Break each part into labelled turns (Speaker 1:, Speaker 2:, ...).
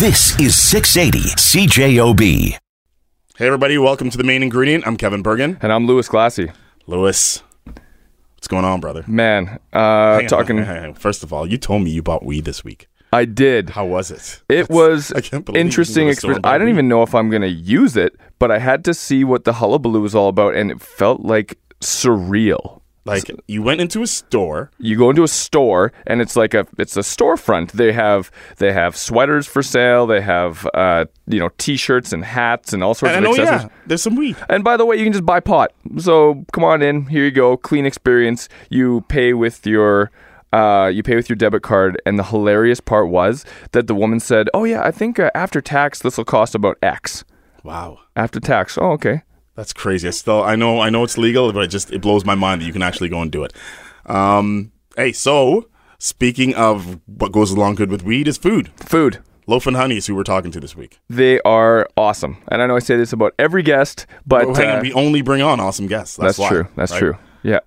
Speaker 1: This is 680 CJOB.
Speaker 2: Hey, everybody, welcome to the main ingredient. I'm Kevin Bergen.
Speaker 3: And I'm Lewis Glassy.
Speaker 2: Lewis, what's going on, brother?
Speaker 3: Man,
Speaker 2: Hang
Speaker 3: uh,
Speaker 2: on,
Speaker 3: talking.
Speaker 2: hang on, hang on. First of all, you told me you bought weed this week.
Speaker 3: I did.
Speaker 2: How was it?
Speaker 3: It was
Speaker 2: I can't believe you
Speaker 3: interesting
Speaker 2: were still
Speaker 3: experience.
Speaker 2: on
Speaker 3: I don't
Speaker 2: weed.
Speaker 3: even know if I'm going to use it, but I had to see what the hullabaloo was all about, and it felt like surreal.
Speaker 2: Like, you went into a store.
Speaker 3: You go into a store, and it's like a it's a storefront. They have they have sweaters for sale. They have uh, you know t-shirts and hats and all sorts
Speaker 2: And
Speaker 3: of
Speaker 2: oh,
Speaker 3: accessories.
Speaker 2: yeah, there's some weed.
Speaker 3: And by the way, you can just buy pot. So come on in. Here you go. Clean experience. You pay with your. Uh, you pay with your debit card, and the hilarious part was that the woman said, "Oh yeah, I think uh, after tax this will cost about X."
Speaker 2: Wow.
Speaker 3: After tax, oh okay.
Speaker 2: That's crazy. I still, I know, I know it's legal, but it just it blows my mind that you can actually go and do it. Um, hey, so speaking of what goes along good with weed is food.
Speaker 3: Food.
Speaker 2: Loaf and Honey is who we're talking to this week.
Speaker 3: They are awesome, and I know I say this about every guest, but
Speaker 2: Oh, hang on,
Speaker 3: uh,
Speaker 2: we only bring on awesome guests. That's,
Speaker 3: That's,
Speaker 2: why,
Speaker 3: true. That's
Speaker 2: right?
Speaker 3: true. Yeah,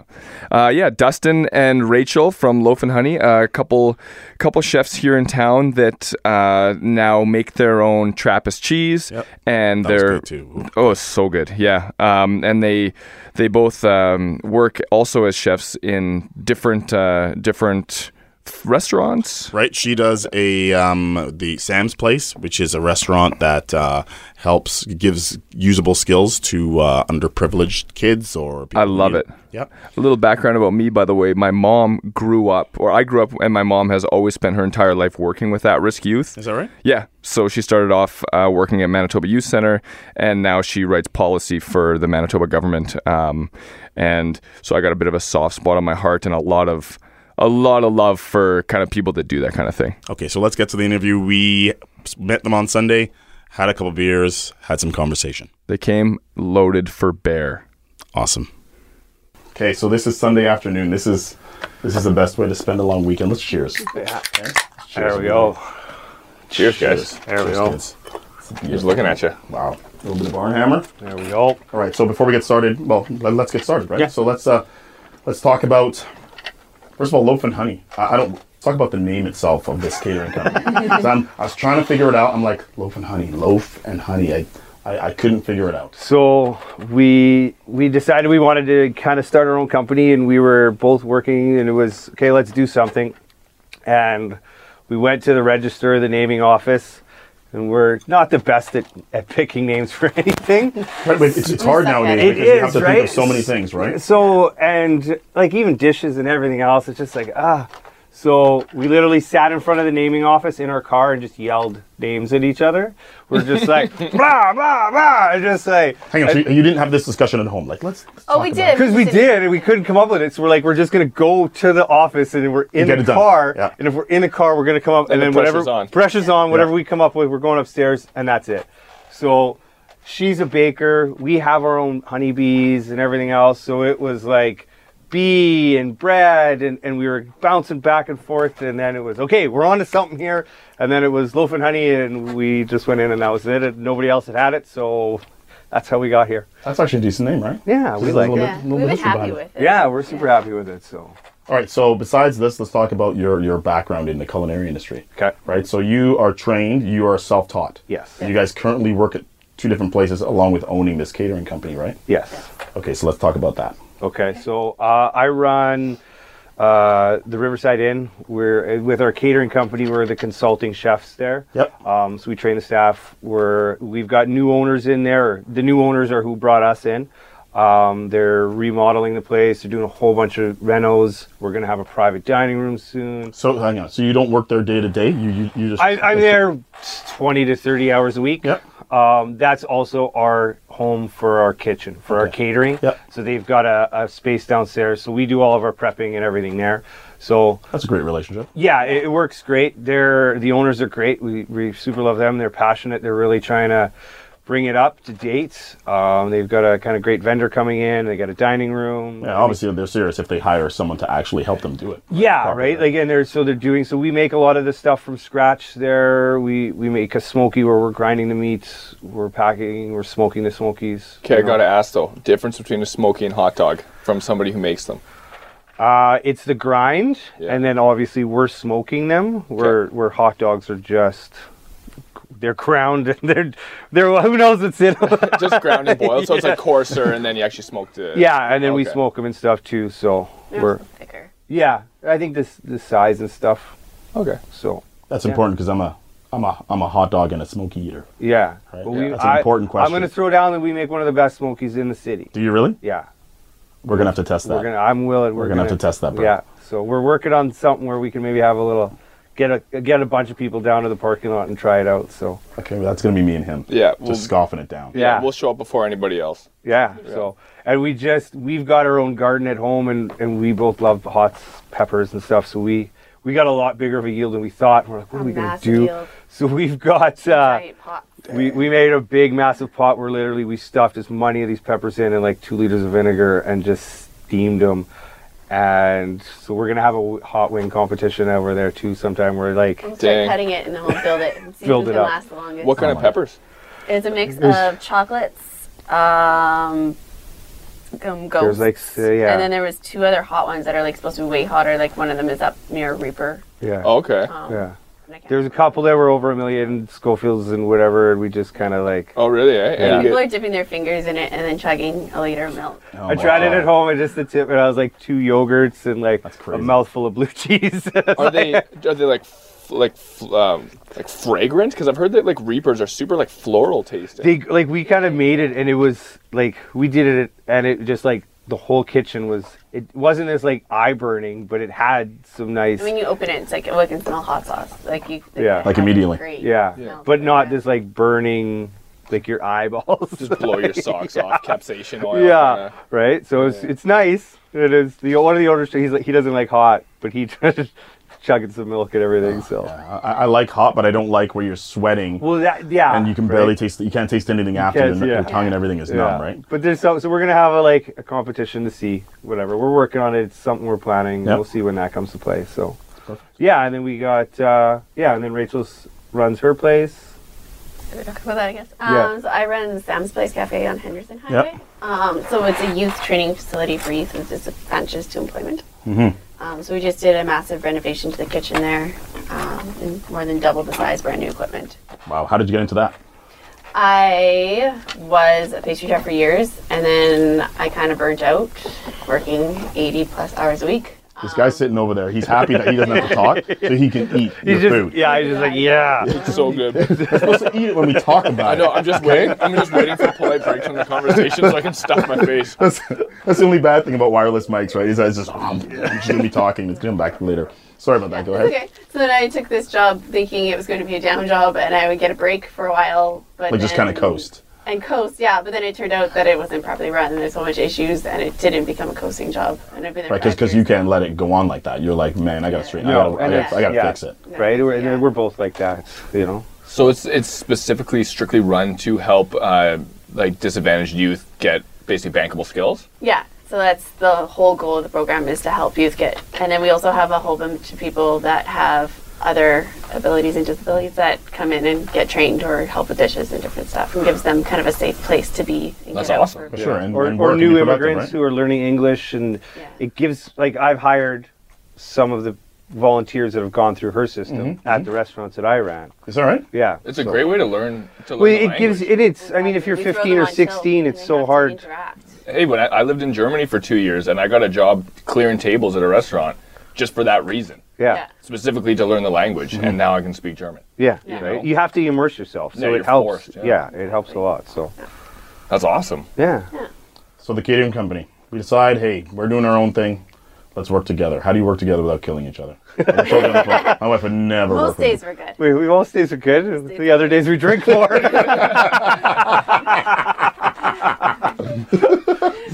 Speaker 3: uh, yeah. Dustin and Rachel from Loaf and Honey, uh, a couple, couple chefs here in town that uh, now make their own Trappist cheese,
Speaker 2: Yep.
Speaker 3: and
Speaker 2: That was
Speaker 3: they're
Speaker 2: good too.
Speaker 3: oh, it's so good. Yeah, um, and they they both um, work also as chefs in different uh, different restaurants.
Speaker 2: right? She does a um, the Sam's Place, which is a restaurant that uh, helps gives usable skills to uh, underprivileged kids or. People
Speaker 3: I love it.
Speaker 2: Yep.
Speaker 3: A little background about me, by the way. My mom grew up, or I grew up, and my mom has always spent her entire life working with at-risk youth.
Speaker 2: Is that right?
Speaker 3: Yeah. So she started off uh, working at Manitoba Youth Center, and now she writes policy for the Manitoba government. Um, and so I got a bit of a soft spot on my heart and a lot of a lot of love for kind of people that do that kind of thing.
Speaker 2: Okay, so let's get to the interview. We met them on Sunday, had a couple beers, had some conversation.
Speaker 3: They came loaded for bear.
Speaker 2: Awesome. Okay, so this is Sunday afternoon. This is this is the best way to spend a long weekend. Let's cheers.
Speaker 4: There we go. Cheers, guys. There we go.
Speaker 2: He's
Speaker 3: looking at you.
Speaker 2: Wow. A little bit of barn hammer.
Speaker 4: There we go.
Speaker 2: All right. So before we get started, well, let, us get started, right?
Speaker 4: Yeah.
Speaker 2: So let's uh, let's talk about first of all, loaf and honey. I, I don't talk about the name itself of this catering company. 'Cause I'm, I was trying to figure it out. I'm like loaf and honey, loaf and honey. I I, I couldn't figure it out.
Speaker 4: So we we decided we wanted to kind of start our own company, and we were both working, and it was okay. Let's do something, and we went to the register, the naming office, and we're not the best at, at picking names for anything.
Speaker 2: Right, but it's, it's hard
Speaker 5: Who's that
Speaker 2: nowadays
Speaker 5: guy?
Speaker 2: because you have to think of so many things, right?
Speaker 4: So and like even dishes and everything else, it's just like ah. So we literally sat in front of the naming office in our car and just yelled names at each other. We're just like blah blah blah, and just like
Speaker 2: Hang on, so you, you didn't have this discussion at home. Like, let's, let's
Speaker 5: Oh, we
Speaker 2: talk about it.
Speaker 5: did.
Speaker 4: because we did and we couldn't come up with it. So we're like we're just gonna go to the office and we're in
Speaker 2: get
Speaker 4: the
Speaker 2: it done.
Speaker 4: car.
Speaker 2: Yeah.
Speaker 4: And if we're in the car, we're gonna come up and,
Speaker 3: Then
Speaker 4: then
Speaker 3: the pressure's
Speaker 4: whatever
Speaker 3: on.
Speaker 4: pressure's on, whatever we come up with, we're going upstairs and that's it. So she's a baker. We have our own honeybees and everything else. So it was like bee and bread and, and we were bouncing back and forth and then it was okay we're on to something here and then it was loaf and honey and we just went in and that was it and nobody else had had it so that's how we got here
Speaker 2: That's actually a decent name, right?
Speaker 4: yeah we
Speaker 2: There's a
Speaker 4: like it.
Speaker 2: little
Speaker 5: Yeah,
Speaker 2: bit-
Speaker 5: we
Speaker 2: little
Speaker 5: were
Speaker 2: bit of
Speaker 5: happy
Speaker 2: survival.
Speaker 5: with it.
Speaker 4: Yeah, we're super happy with it. So
Speaker 2: All right. So besides this, let's talk about your your background in the culinary industry.
Speaker 4: Okay.
Speaker 2: Right. So you are trained. You are self taught.
Speaker 4: Yes.
Speaker 2: You guys currently work at two different places, along with owning this catering company, right?
Speaker 4: yes.
Speaker 2: Okay. So let's talk about that.
Speaker 4: Okay. So uh, I run uh, the Riverside Inn. We're with our catering company. We're the consulting chefs there.
Speaker 2: Yep.
Speaker 4: Um, so we train the staff. We're we've got new owners in there. The new owners are who brought us in. Um, they're remodeling the place. They're doing a whole bunch of renos. We're gonna have a private dining room soon.
Speaker 2: So hang on. So you don't work there day to day. You you, you just.
Speaker 4: I, I'm there 20 to 30 hours a week.
Speaker 2: Yep.
Speaker 4: Um, that's also our home for our kitchen, for our catering.
Speaker 2: Yep.
Speaker 4: So they've got a, a space downstairs. So we do all of our prepping and everything there. So
Speaker 2: That's a great relationship.
Speaker 4: yeah, it, it works great. They're the owners are great. We, we super love them. They're passionate. They're really trying to bring it up to date. Um, they've got a kind of great vendor coming in. They got a dining room.
Speaker 2: Yeah, obviously, they're serious if they hire someone to actually help them do it.
Speaker 4: Yeah,
Speaker 2: properly.
Speaker 4: right. Like, and they're so they're doing so. We make a lot of this stuff from scratch. There, we we make a smoky where we're grinding the meats, we're packing, we're smoking the smokies.
Speaker 3: Okay, I
Speaker 4: you know.
Speaker 3: gotta ask though, difference between a smoky and hot dog from somebody who makes them.
Speaker 4: Uh, it's the grind,
Speaker 3: Yeah.
Speaker 4: and then obviously we're smoking them. Where where hot dogs are just they're ground and they're they're who knows what's in them.
Speaker 5: Just ground and boiled, so it's like coarser, and then you actually smoke the.
Speaker 4: yeah, and then we
Speaker 5: Okay.
Speaker 4: smoke them and stuff too. So
Speaker 6: They're
Speaker 4: we're
Speaker 6: also thicker.
Speaker 4: yeah, I think this the size and stuff.
Speaker 5: Okay.
Speaker 4: So
Speaker 2: That's important because I'm a I'm a I'm a hot dog and a smoky eater.
Speaker 4: yeah,
Speaker 2: Right,
Speaker 4: But
Speaker 2: yeah, that's an important
Speaker 4: I'm
Speaker 2: question.
Speaker 4: going to throw down that we make one of the best smokies in the city.
Speaker 2: Do you really?
Speaker 4: Yeah,
Speaker 2: We're gonna have to test that.
Speaker 4: we're gonna. I'm willing. We're,
Speaker 2: We're gonna have to test that, bro.
Speaker 4: Yeah, so we're working on something where we can maybe have a little get a get a bunch of people down to the parking lot and try it out. So
Speaker 2: Okay, well, that's gonna be me and him.
Speaker 5: Yeah,
Speaker 2: just
Speaker 5: we'll-
Speaker 2: scoffing it down.
Speaker 5: Yeah,
Speaker 4: Yeah.
Speaker 5: we'll show up before anybody else.
Speaker 4: yeah, so and we just we've got our own garden at home and and we both love hot peppers and stuff. So we we got a lot bigger of a yield than we thought. We're like, what
Speaker 6: A
Speaker 4: are we gonna
Speaker 6: massive
Speaker 4: do?
Speaker 6: yield.
Speaker 4: So we've got. Uh,
Speaker 6: Giant pot.
Speaker 4: We, we made a big massive pot where literally we stuffed as many of these peppers in and like two liters of vinegar and just steamed them. And so we're gonna have a w- hot wing competition over there too sometime. Where like
Speaker 6: We'll
Speaker 5: Dang.
Speaker 6: start cutting it and then we'll build it. And see
Speaker 4: Build
Speaker 6: who
Speaker 4: it
Speaker 6: can
Speaker 4: up.
Speaker 6: last the longest.
Speaker 3: Oh
Speaker 5: What kind of peppers?
Speaker 6: It's a mix of chocolates, um, um ghosts.
Speaker 4: there's like s- yeah
Speaker 6: And then there was two other hot ones that are like supposed to be way hotter. Like one of them is up near Reaper.
Speaker 4: yeah
Speaker 5: Oh, okay.
Speaker 6: Um,
Speaker 4: yeah.
Speaker 6: and I can't
Speaker 4: There's a
Speaker 6: remember.
Speaker 4: couple that were over a million Schofields and whatever, and we just kind of like
Speaker 5: Oh, really? Eh? And you
Speaker 6: People
Speaker 5: get-
Speaker 6: are dipping their fingers in it and then chugging a liter of milk.
Speaker 2: Oh my
Speaker 4: I tried
Speaker 2: God.
Speaker 4: it at home and just the tip, and I was like two yogurts and like
Speaker 2: That's
Speaker 4: a
Speaker 2: crazy.
Speaker 4: mouthful of blue cheese.
Speaker 5: are they are they like f- like f- um, like fragrant? Because I've heard that like reapers are super like floral tasting.
Speaker 4: they like we kind of made it and it was like we did it and it just like the whole kitchen was it wasn't as like eye burning but it had some nice
Speaker 6: And when you open it, it's like, oh, I can smell hot sauce. Like you.
Speaker 4: Yeah.
Speaker 6: it
Speaker 2: Like
Speaker 6: has
Speaker 2: immediately.
Speaker 6: great
Speaker 4: yeah,
Speaker 6: smell
Speaker 4: but
Speaker 6: to
Speaker 4: not
Speaker 6: it.
Speaker 4: this like burning like your eyeballs
Speaker 5: Just blow your socks off, capsaicin oil.
Speaker 4: yeah
Speaker 5: kinda.
Speaker 4: right so it's it's nice it is the one of the owners he's like he doesn't like hot but he just chugging some milk and everything so
Speaker 2: I, I like hot, but I don't like where you're sweating
Speaker 4: well that yeah
Speaker 2: and you can
Speaker 4: right.
Speaker 2: barely taste. You can't taste anything after.
Speaker 4: can't,
Speaker 2: your,
Speaker 4: yeah.
Speaker 2: your tongue and everything is
Speaker 4: Yeah.
Speaker 2: numb, right?
Speaker 4: But there's so, so we're gonna have a like a competition to see whatever we're working on it. It's something we're planning.
Speaker 2: Yep.
Speaker 4: We'll see when that comes to play. So, yeah, and then we got uh, yeah, and then Rachel's runs her place.
Speaker 6: Should we talk about that, I guess. Um,
Speaker 4: Yeah.
Speaker 6: So I run Sam's Place Cafe on Henderson Highway. Um, so it's a youth training facility for youth with disadvantages to employment. Um, so we just did a massive renovation to the kitchen there, um, and more than double the size, brand new equipment.
Speaker 2: Wow, how did you get into that?
Speaker 6: I was a pastry chef for years, and then I kind of burnt out working 80 plus hours a week.
Speaker 2: This guy's sitting over there. He's happy that he doesn't have to talk, so he can eat your
Speaker 4: He's just
Speaker 2: food.
Speaker 4: yeah, he's just like yeah.
Speaker 5: It's so good.
Speaker 2: We're supposed to eat it when we talk about
Speaker 5: I
Speaker 2: it.
Speaker 5: know. I'm just waiting. I'm just waiting for a polite breaks from the conversation so I can stuff my face.
Speaker 2: That's, that's the only bad thing about wireless mics, right? Is that it's just, um, I'm just gonna be talking. It's gonna come back later. Sorry about that. Go ahead.
Speaker 6: Okay, so then I took this job thinking it was going to be a down job, and I would get a break for a while, but
Speaker 2: Like just
Speaker 6: then-
Speaker 2: kind of coast.
Speaker 6: and coast, yeah. But then it turned out that it wasn't properly run, and there's so much issues, and it didn't become a coasting job. And I've been there
Speaker 2: Right,
Speaker 6: five
Speaker 2: because you
Speaker 6: years.
Speaker 2: can't let it go on like that. You're like, man, I gotta straighten.
Speaker 4: No,
Speaker 2: I gotta, I
Speaker 4: and
Speaker 2: gotta, I gotta
Speaker 4: yeah.
Speaker 2: fix it.
Speaker 4: Right, we're, and
Speaker 6: Yeah.
Speaker 4: we're both like that, you know.
Speaker 5: So it's it's specifically strictly run to help uh, like disadvantaged youth get basically bankable skills.
Speaker 6: Yeah. So that's the whole goal of the program is to help youth get. And then we also have a whole bunch of people that have other abilities and disabilities that come in and get trained or help with dishes and different stuff, and gives them kind of a safe place to be. And
Speaker 5: That's
Speaker 6: get out
Speaker 5: awesome.
Speaker 6: for-
Speaker 2: Sure, and,
Speaker 4: or,
Speaker 2: and
Speaker 4: or
Speaker 2: work and
Speaker 4: new
Speaker 2: be productive,
Speaker 4: immigrants
Speaker 2: right?
Speaker 4: who are learning English, and
Speaker 6: Yeah.
Speaker 4: it gives like I've hired some of the volunteers that have gone through her system
Speaker 2: Mm-hmm.
Speaker 4: at the restaurants that I ran.
Speaker 2: Is that right?
Speaker 4: Yeah,
Speaker 5: It's a great way to learn to learn.
Speaker 4: Well,
Speaker 5: the
Speaker 4: it gives
Speaker 5: language.
Speaker 4: it. It's. I mean, if you're
Speaker 6: We throw
Speaker 4: 15
Speaker 6: them
Speaker 4: or
Speaker 6: on tilts,
Speaker 4: 16,
Speaker 6: and
Speaker 4: it's
Speaker 6: they
Speaker 4: so
Speaker 6: have to
Speaker 4: hard.
Speaker 6: interact.
Speaker 5: Hey, when I, I lived in Germany for two years and I got a job clearing tables at a restaurant just for that reason,
Speaker 4: Yeah,
Speaker 6: Yeah.
Speaker 5: specifically to learn the language,
Speaker 3: Mm-hmm.
Speaker 5: and now I can speak German.
Speaker 4: yeah.
Speaker 6: Yeah.
Speaker 4: Right. You have to immerse yourself, so
Speaker 5: Yeah,
Speaker 4: it
Speaker 5: you're
Speaker 4: helps.
Speaker 5: forced,
Speaker 4: yeah.
Speaker 5: yeah.
Speaker 4: it helps a lot. So
Speaker 5: That's awesome.
Speaker 4: yeah,
Speaker 2: So the catering company, we decide, hey, we're doing our own thing. Let's work together. How do you work together without killing each other? I'm so gonna- My wife would never
Speaker 6: Most
Speaker 2: work with me.
Speaker 6: days we're good.
Speaker 4: we, we all stays are good. and the other days we drink more.
Speaker 6: we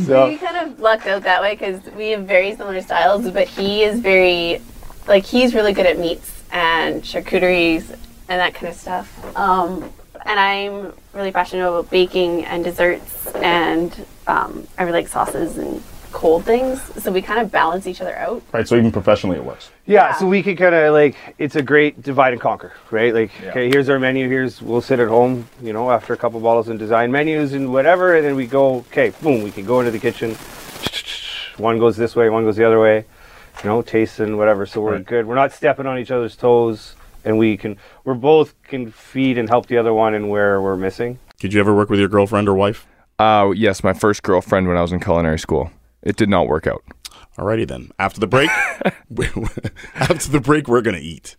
Speaker 4: so
Speaker 6: kind of lucked out that way because we have very similar styles, but he is very, like, he's really good at meats and charcuteries and that kind of stuff. Um, and I'm really passionate about baking and desserts, and um, I really like sauces and cold things. So we kind of balance each other out.
Speaker 2: Right, so even professionally it works.
Speaker 4: yeah,
Speaker 6: Yeah.
Speaker 4: so we can kind of like it's a great divide and conquer, right? Like okay, here's our menu. Here's we'll sit at home, you know, after a couple bottles and design menus and whatever, and then we go. Okay, boom, we can go into the kitchen. One goes this way, one goes the other way. You know, tasting whatever. So we're
Speaker 2: Right.
Speaker 4: good. We're not stepping on each other's toes, and we can. We're both can feed and help the other one in where we're missing.
Speaker 2: Did you ever work with your girlfriend or wife?
Speaker 3: Uh, yes, my first girlfriend when I was in culinary school. It did not work out.
Speaker 2: Alrighty then. After the break, we- after the break, we're gonna eat.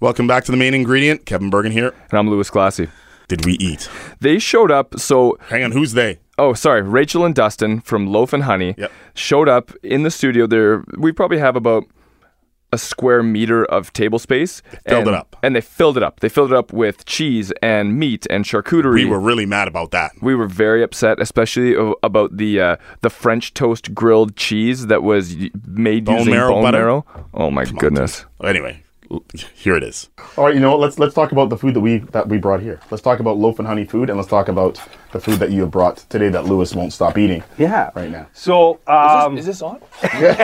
Speaker 2: Welcome back to the main ingredient. Kevin Bergen here.
Speaker 3: And I'm Louis Glassy.
Speaker 2: Did we eat?
Speaker 3: They showed up. So,
Speaker 2: Hang on, who's they?
Speaker 3: oh, sorry, Rachel and Dustin from Loaf and Honey
Speaker 2: Yep.
Speaker 3: showed up in the studio. There, we probably have about a square meter of table space.
Speaker 2: filled
Speaker 3: and-
Speaker 2: it up.
Speaker 3: and they filled it up. They filled it up with cheese and meat and charcuterie.
Speaker 2: We were really mad about that.
Speaker 3: we were very upset, especially o- about the uh, the French toast grilled cheese that was y- made
Speaker 2: Bone
Speaker 3: using
Speaker 2: marrow
Speaker 3: bone
Speaker 2: butter?
Speaker 3: marrow. Oh my goodness!
Speaker 2: Anyway, l- here it is. All right, you know what? Let's let's talk about the food that we that we brought here. Let's talk about loaf and honey food, and let's talk about the food that you have brought today that Lewis won't stop eating.
Speaker 4: Yeah.
Speaker 2: Right now.
Speaker 4: So um,
Speaker 5: is, this, is this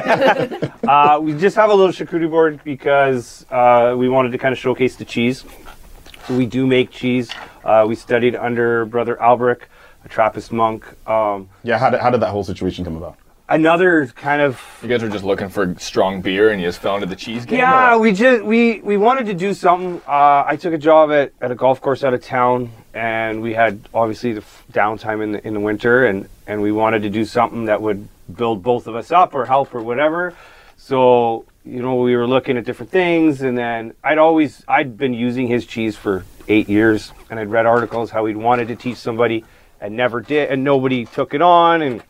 Speaker 5: on?
Speaker 4: Uh, we just have a little charcuterie board because uh, we wanted to kind of showcase the cheese. So we do make cheese. Uh, we studied under Brother Albrecht, a Trappist monk. Um,
Speaker 2: Yeah, how did, how did that whole situation come about?
Speaker 4: another kind of
Speaker 5: You guys were just looking for strong beer and you just fell into the cheese game?
Speaker 4: Yeah,
Speaker 5: or-
Speaker 4: we just we we wanted to do something. Uh, I took a job at, at a golf course out of town, and we had obviously the f- downtime in the in the winter, and and we wanted to do something that would build both of us up or help or whatever. So you know we were looking at different things, and then I'd always I'd been using his cheese for eight years, and I'd read articles how he'd wanted to teach somebody and never did, and nobody took it on, and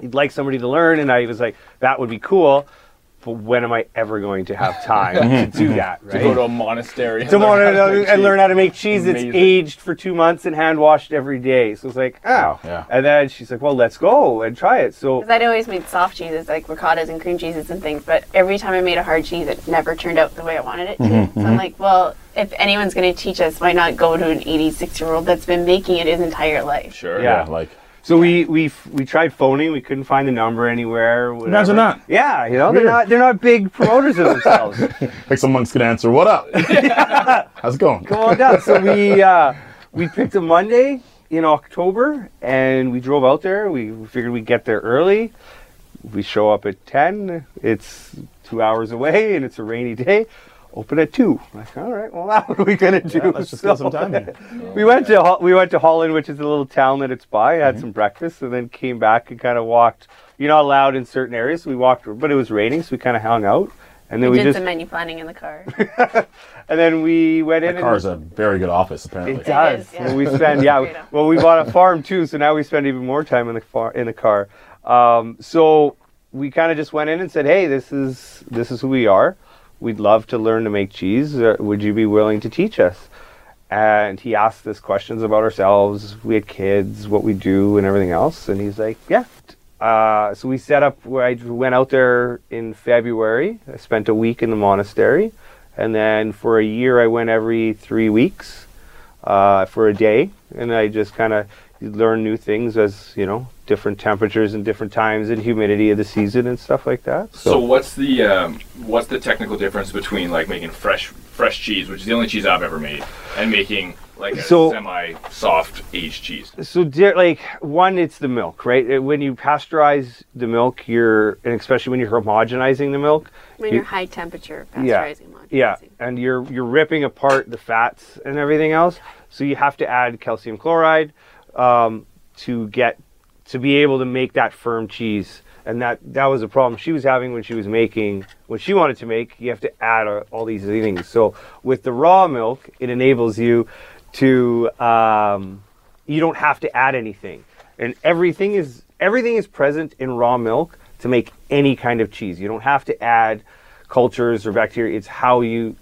Speaker 4: he'd like somebody to learn, and I was like that would be cool but when am I ever going to have time Mm-hmm. to do that? Right?
Speaker 5: To go to a monastery. and
Speaker 4: To
Speaker 5: learn
Speaker 4: learn
Speaker 5: how
Speaker 4: uh,
Speaker 5: to
Speaker 4: and,
Speaker 5: make cheese.
Speaker 4: learn how to make cheese.
Speaker 5: Amazing.
Speaker 4: It's aged for two months and hand washed every day. So it's like, oh.
Speaker 2: Yeah.
Speaker 4: And then she's like, well, let's go and try it. So
Speaker 6: Because I'd always made soft cheeses, like ricottas and cream cheeses and things, but every time I made a hard cheese, it never turned out the way I wanted it to.
Speaker 4: Mm-hmm,
Speaker 6: So I'm like, well, if anyone's going to teach us, why not go to an 86 year old that's been making it his entire life?
Speaker 5: Sure.
Speaker 4: Yeah.
Speaker 2: like
Speaker 4: so we we f- we tried phoning. We couldn't find the number anywhere. whatever.
Speaker 2: Imagine that.
Speaker 4: Yeah, you know they're
Speaker 2: Weird.
Speaker 4: not they're not big promoters of themselves.
Speaker 2: like someone's gonna answer, "What up? How's it going?"
Speaker 4: Come on down. So we uh, we picked a Monday in October, and we drove out there. We figured we'd get there early. We show up at ten. It's two hours away, and it's a rainy day. Open at two. I'm like, all right. Well, now what are we gonna do?
Speaker 2: let's just get some time in.
Speaker 4: we went to Ho- we went to Holland, which is a little town that it's by. Had
Speaker 2: Mm-hmm.
Speaker 4: some breakfast, and then came back and kind of walked. You're not allowed in certain areas. So we walked, but it was raining, so we kind of hung out. And then
Speaker 6: We
Speaker 4: we,
Speaker 6: did
Speaker 4: just
Speaker 6: some menu planning in the car.
Speaker 4: and then we went in.
Speaker 2: The
Speaker 4: and-
Speaker 2: car's a very good office, apparently.
Speaker 4: It does.
Speaker 6: is, yeah.
Speaker 4: Well, we spend yeah.
Speaker 6: Great
Speaker 4: Well, we bought a farm too, so now we spend even more time in the far, in the car. Um, so we kind of just went in and said, "Hey, this is this is who we are. We'd love to learn to make cheese. Uh, Would you be willing to teach us?" And he asked us questions about ourselves. We had kids, what we do, and everything else. And he's like, "Yeah." Uh, so we set up. Where I went out there in February. I spent a week in the monastery, and then for a year I went every three weeks uh, for a day, and I just kind of learn new things as you know different temperatures and different times and humidity of the season and stuff like that. So,
Speaker 5: So what's the um, what's the technical difference between like making fresh fresh cheese, which is the only cheese I've ever made, and making like a
Speaker 4: So-
Speaker 5: semi soft aged cheese?
Speaker 4: so dear, like one, it's the milk, right? Uh, When you pasteurize the milk, you're and especially when you're homogenizing the milk,
Speaker 6: When
Speaker 4: you-
Speaker 6: you're high temperature
Speaker 4: Yeah.
Speaker 6: pasteurizing one.
Speaker 4: Yeah, and you're you're ripping apart the fats and everything else. So you have to add calcium chloride um, to get to be able to make that firm cheese. And that that was a problem she was having when she was making what she wanted to make. You have to add uh, all these things. So with the raw milk, it enables you to um, you don't have to add anything, and everything is everything is present in raw milk to make any kind of cheese. You don't have to add cultures or bacteria. It's how you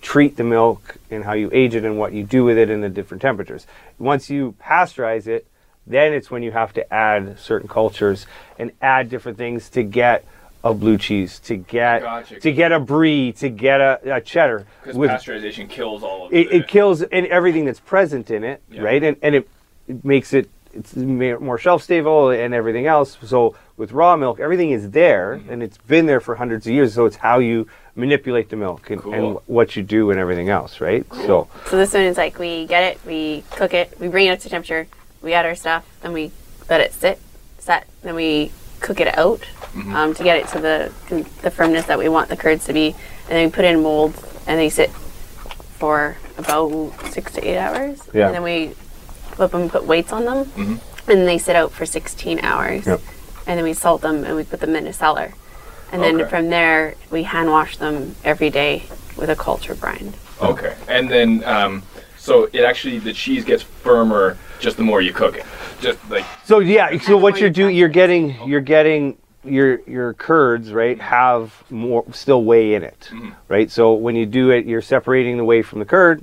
Speaker 4: treat the milk and how you age it and what you do with it in the different temperatures. Once you pasteurize it, then it's when you have to add certain cultures and add different things to get a blue cheese, to get
Speaker 5: Gotcha.
Speaker 4: to get a brie, to get a, a cheddar.
Speaker 5: Because
Speaker 4: with-
Speaker 5: pasteurization kills all of
Speaker 4: it,
Speaker 5: the-
Speaker 4: it kills and everything that's present in it,
Speaker 5: Yeah.
Speaker 4: right? And and it, it makes it it's ma- more shelf stable and everything else. So with raw milk, everything is there
Speaker 5: Mm-hmm.
Speaker 4: and it's been there for hundreds of years. So it's how you manipulate the milk and, and
Speaker 5: Cool.
Speaker 4: what you do and everything else, right? So
Speaker 6: So this one is like we get it, we cook it, we bring it up to temperature, we add our stuff, then we let it sit, set, then we cook it out
Speaker 4: Mm-hmm.
Speaker 6: um, to get it to the the firmness that we want the curds to be, and then we put in molds and they sit for about six to eight hours.
Speaker 4: Yeah. Mm-hmm.
Speaker 6: And then we flip them, put weights on them, and they sit out for 16 hours.
Speaker 4: Yep.
Speaker 6: And then we salt them and we put them in a cellar. And then
Speaker 5: Okay.
Speaker 6: from there, we hand wash them every day with a culture brine.
Speaker 5: Okay. And then, um, so it actually the cheese gets firmer just the more you cook it. Just like
Speaker 4: So yeah, so
Speaker 6: That's
Speaker 4: what
Speaker 6: why
Speaker 4: you're
Speaker 6: you
Speaker 4: doing,
Speaker 6: pack
Speaker 4: you're
Speaker 6: it.
Speaker 4: getting, you're getting your your curds right have more still whey in it, right? So when you do it, you're separating the whey from the curd,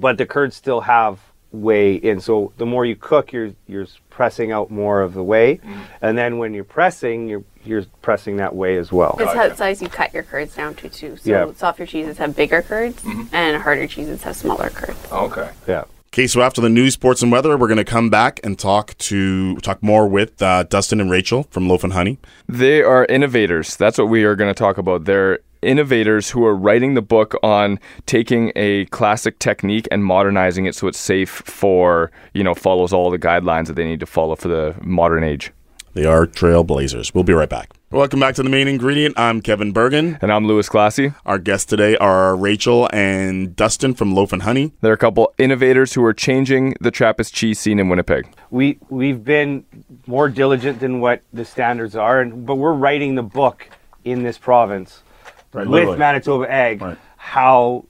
Speaker 4: but the curds still have whey in. So the more you cook, you're you're pressing out more of the whey, and then when you're pressing, you're you're pressing that whey as well.
Speaker 6: It's
Speaker 5: Gotcha.
Speaker 6: how size you cut your curds down to, too. So
Speaker 4: Yeah. Mm-hmm.
Speaker 6: softer cheeses have bigger curds, and harder cheeses have smaller curds.
Speaker 5: okay.
Speaker 4: Yeah.
Speaker 2: Okay, so after the news, sports, and weather, we're going to come back and talk to talk more with uh, Dustin and Rachel from Loaf and Honey.
Speaker 3: They are innovators. That's what we are going to talk about. They're innovators who are writing the book on taking a classic technique and modernizing it so it's safe for, you know, follows all the guidelines that they need to follow for the modern age.
Speaker 2: They are trailblazers. We'll be right back. Welcome back to the main ingredient. I'm Kevin Bergen.
Speaker 3: And I'm Louis Glassy.
Speaker 2: Our guests today are Rachel and Dustin from Loaf and Honey.
Speaker 3: They're a couple innovators who are changing the Trappist cheese scene in Winnipeg.
Speaker 4: we we've been more diligent than what the standards are, and but we're writing the book in this province
Speaker 2: Right,
Speaker 4: with
Speaker 2: literally.
Speaker 4: Manitoba Egg
Speaker 2: Right.
Speaker 4: how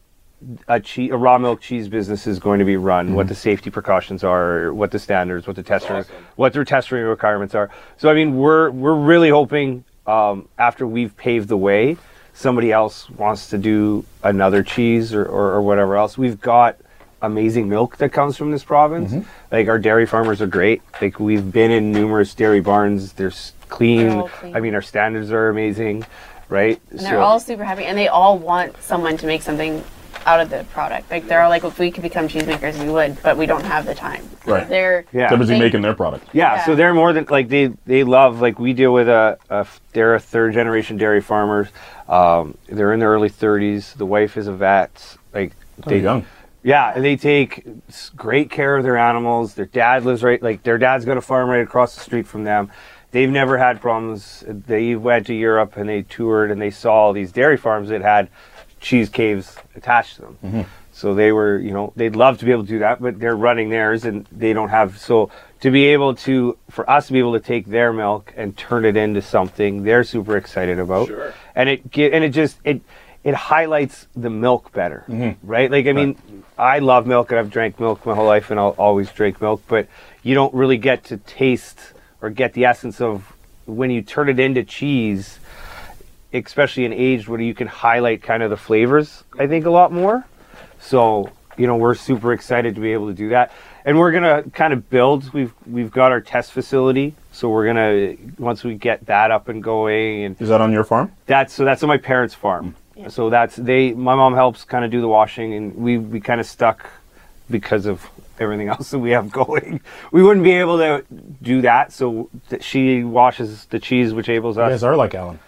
Speaker 4: a, cheese, a raw milk cheese business is going to be run, what
Speaker 6: Mm-hmm.
Speaker 4: the safety precautions are, what the standards, what the testing, what their testing requirements are. So I mean, we're we're really hoping um, after we've paved the way, somebody else wants to do another cheese or, or, or whatever else. We've got amazing milk that comes from this province.
Speaker 6: Mm-hmm.
Speaker 4: Like our dairy farmers are great. Like we've been in numerous dairy barns. They're s- clean.
Speaker 6: They're all clean.
Speaker 4: I mean, our standards are amazing, right?
Speaker 6: And they're all super happy, and they all want someone to make something out of the product. Like they're all like, if we could become cheesemakers, we would, but we don't have the time.
Speaker 2: Right.
Speaker 6: They're
Speaker 4: Yeah.
Speaker 2: They're busy
Speaker 6: They-
Speaker 2: making their product.
Speaker 4: Yeah, so
Speaker 6: Yeah.
Speaker 4: they're more than like they they love like we deal with a, a f- they're a third generation dairy farmers. Um, they're in their early 30s. The wife is a vet. Like
Speaker 2: They're young.
Speaker 4: Yeah, and they take s- great care of their animals. Their dad lives right like their dad's got a farm right across the street from them. They've never had problems. They went to Europe and they toured and they saw these dairy farms that had cheese caves attached to them. So they were, you know, they'd love to be able to do that, but they're running theirs and they don't have. So to be able to, for us to be able to take their milk and turn it into something they're super excited about,
Speaker 5: Sure.
Speaker 4: and it ge- and it just it it highlights the milk better, right? Like I mean, I love milk and I've drank milk my whole life and I'll always drink milk, but you don't really get to taste or get the essence of when you turn it into cheese especially in aged where you can highlight kind of the flavors i think a lot more so you know we're super excited to be able to do that and we're gonna kind of build we've we've got our test facility so we're gonna once we get that up and going and
Speaker 2: Is that on your farm?
Speaker 4: that's so that's on my parents' farm. So that's they. My mom helps kind of do the washing, and we we kind of stuck because of everything else that we have going. We wouldn't be able to do that. So th- she washes the cheese, which enables
Speaker 2: You
Speaker 4: us.
Speaker 2: guys are like Alan.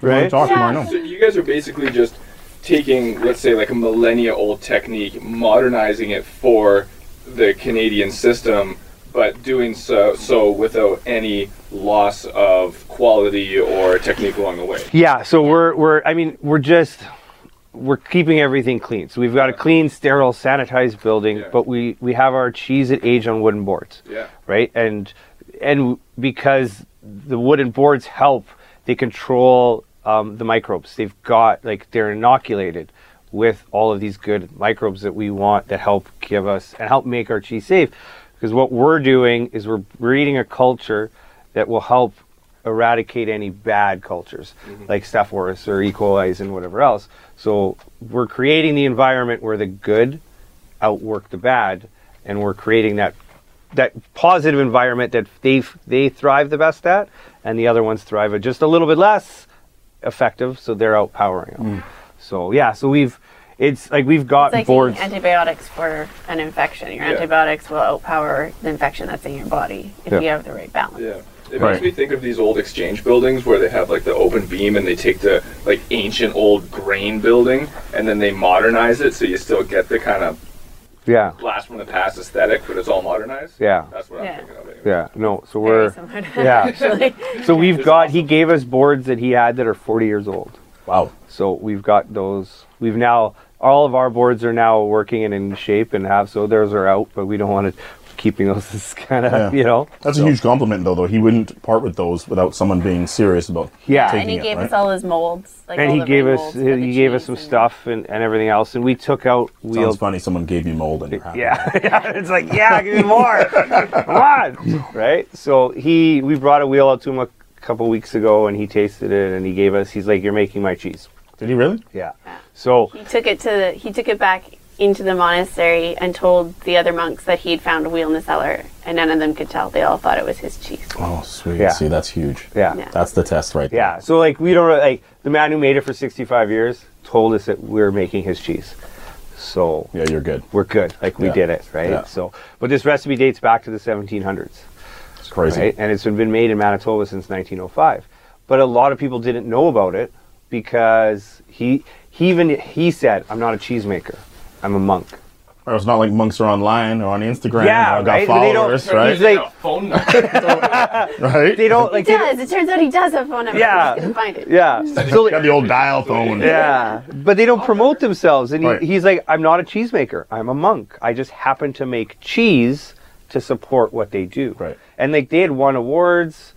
Speaker 4: Right?
Speaker 2: Talk more. I know.
Speaker 5: So you guys are basically just taking, let's say, like a millennia old technique, modernizing it for the Canadian system, but doing so so without any loss of quality or technique along the way.
Speaker 4: Yeah, so we're we're I mean, we're just we're keeping everything clean. So we've got a clean, sterile, sanitized building,
Speaker 5: Yeah.
Speaker 4: but we we have our cheese at age on wooden boards.
Speaker 5: Yeah.
Speaker 4: Right? And and because the wooden boards help, they control um, the microbes. They've got like they're inoculated with all of these good microbes that we want that help give us and help make our cheese safe. Because what we're doing is we're breeding a culture that will help eradicate any bad cultures like Staph aureus or E. coli's and whatever else. So we're creating the environment where the good outwork the bad, and we're creating that that positive environment that they they thrive the best at, and the other ones thrive at just a little bit less effective, so they're outpowering them. So yeah, so we've it's like we've got
Speaker 6: It's like
Speaker 4: boards.
Speaker 6: taking antibiotics for an infection. Your
Speaker 5: Yeah.
Speaker 6: antibiotics will outpower the infection that's in your body if
Speaker 4: Yeah.
Speaker 6: you have the right balance.
Speaker 5: Yeah. It
Speaker 2: Right.
Speaker 5: makes me think of these old exchange buildings where they have like the open beam and they take the like ancient old grain building and then they modernize it so you still get the kind of
Speaker 4: yeah,
Speaker 5: blast from the past aesthetic, but it's all modernized.
Speaker 4: Yeah.
Speaker 5: That's what
Speaker 6: Yeah.
Speaker 5: I'm thinking of. Anyway.
Speaker 4: yeah. No, so
Speaker 6: Very
Speaker 4: we're
Speaker 6: similar to that,
Speaker 4: yeah.
Speaker 6: actually.
Speaker 4: So we've got he gave us boards that he had that are 40 years old.
Speaker 2: Wow.
Speaker 4: So we've got those. We've now all of our boards are now working and in shape and have so theirs are out, but we don't want to keeping those is kind of
Speaker 2: Yeah.
Speaker 4: you know.
Speaker 2: That's a huge compliment, though. Though he wouldn't part with those without someone being serious about.
Speaker 4: Yeah.
Speaker 6: and he
Speaker 2: Taking it,
Speaker 6: gave
Speaker 2: right?
Speaker 6: us all his molds. Like
Speaker 4: And
Speaker 6: all
Speaker 4: he
Speaker 6: the
Speaker 4: gave
Speaker 6: right
Speaker 4: us
Speaker 6: molds for the
Speaker 4: he gave us
Speaker 6: cheese
Speaker 4: some
Speaker 6: and-
Speaker 4: stuff and, and everything else, and we took out
Speaker 2: Sounds
Speaker 4: wheels.
Speaker 2: funny. Someone gave you mold and you're happy.
Speaker 4: Yeah, yeah, it's like yeah, give me more, come on, right? So he we brought a wheel out to him a couple weeks ago, and he tasted it, and he gave us. He's like, you're making my cheese.
Speaker 2: Did he really?
Speaker 4: Yeah. So
Speaker 6: He took it to the, he took it back into the monastery and told the other monks that he had found a wheel in the cellar, and none of them could tell. They all thought it was his cheese.
Speaker 2: Oh, sweet.
Speaker 4: Yeah.
Speaker 2: See, that's huge.
Speaker 4: yeah.
Speaker 6: Yeah.
Speaker 2: That's the test, right? there.
Speaker 4: Yeah, so like we don't really- like the man who made it for 65 years told us that we are making his cheese. So
Speaker 2: Yeah, you're good.
Speaker 4: we're good. Like we
Speaker 2: Yeah.
Speaker 4: did it, right?
Speaker 2: Yeah.
Speaker 4: So but this recipe dates back to the 1700s,
Speaker 2: It's crazy.
Speaker 4: right? And it's been been made in Manitoba since 1905. But a lot of people didn't know about it because he he even he said, "I'm not a cheesemaker. I'm a monk."
Speaker 2: Or it's not like monks are online or on Instagram.
Speaker 4: Yeah,
Speaker 2: or got
Speaker 4: right? They don't-
Speaker 2: followers, right?
Speaker 4: He's like-
Speaker 5: Got a phone number.
Speaker 2: right?
Speaker 4: They don't like
Speaker 6: He
Speaker 4: they don't-
Speaker 6: does. It turns out he does have a phone number.
Speaker 4: Yeah.
Speaker 6: He couldn't find it.
Speaker 4: yeah. So like,
Speaker 2: got the old dial phone.
Speaker 4: Yeah, but they don't promote themselves. And he,
Speaker 2: Right.
Speaker 4: he's like, I'm not a cheesemaker. I'm a monk. I just happen to make cheese to support what they do.
Speaker 2: Right.
Speaker 4: And like they had won awards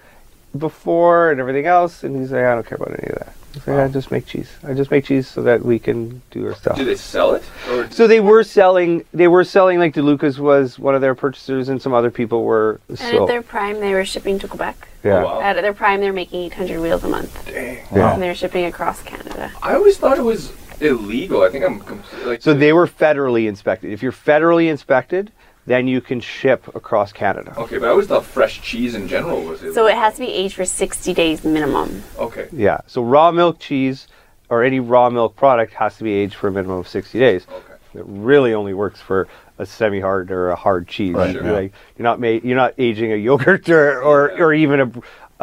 Speaker 4: before and everything else. And he's like, I don't care about any of that. He's like, I just make cheese. I just make cheese so that we can do our stuff.
Speaker 5: Do they sell it? Or
Speaker 4: So they were selling. They were selling like DeLucas was one of their purchasers, and some other people were.
Speaker 6: And
Speaker 4: So
Speaker 6: at their prime, they were shipping to Quebec.
Speaker 4: yeah.
Speaker 5: wow.
Speaker 6: At their prime, they're making 800 wheels a month,
Speaker 5: Dang.
Speaker 2: Wow.
Speaker 6: and they're shipping across Canada.
Speaker 5: I always thought it was illegal. I think I'm completely like.
Speaker 4: So they were federally inspected. If you're federally inspected, then you can ship across Canada.
Speaker 5: Okay, but I always thought fresh cheese in general was illegal.
Speaker 6: So it has to be aged for 60 days minimum.
Speaker 5: Okay.
Speaker 4: Yeah. So raw milk cheese or any raw milk product has to be aged for a minimum of 60 days.
Speaker 5: Okay.
Speaker 4: It really only works for a semi-hard or a hard cheese.
Speaker 2: Right,
Speaker 4: You're
Speaker 2: yeah.
Speaker 4: Like you're not ma- you're not aging a yogurt or or, or even a,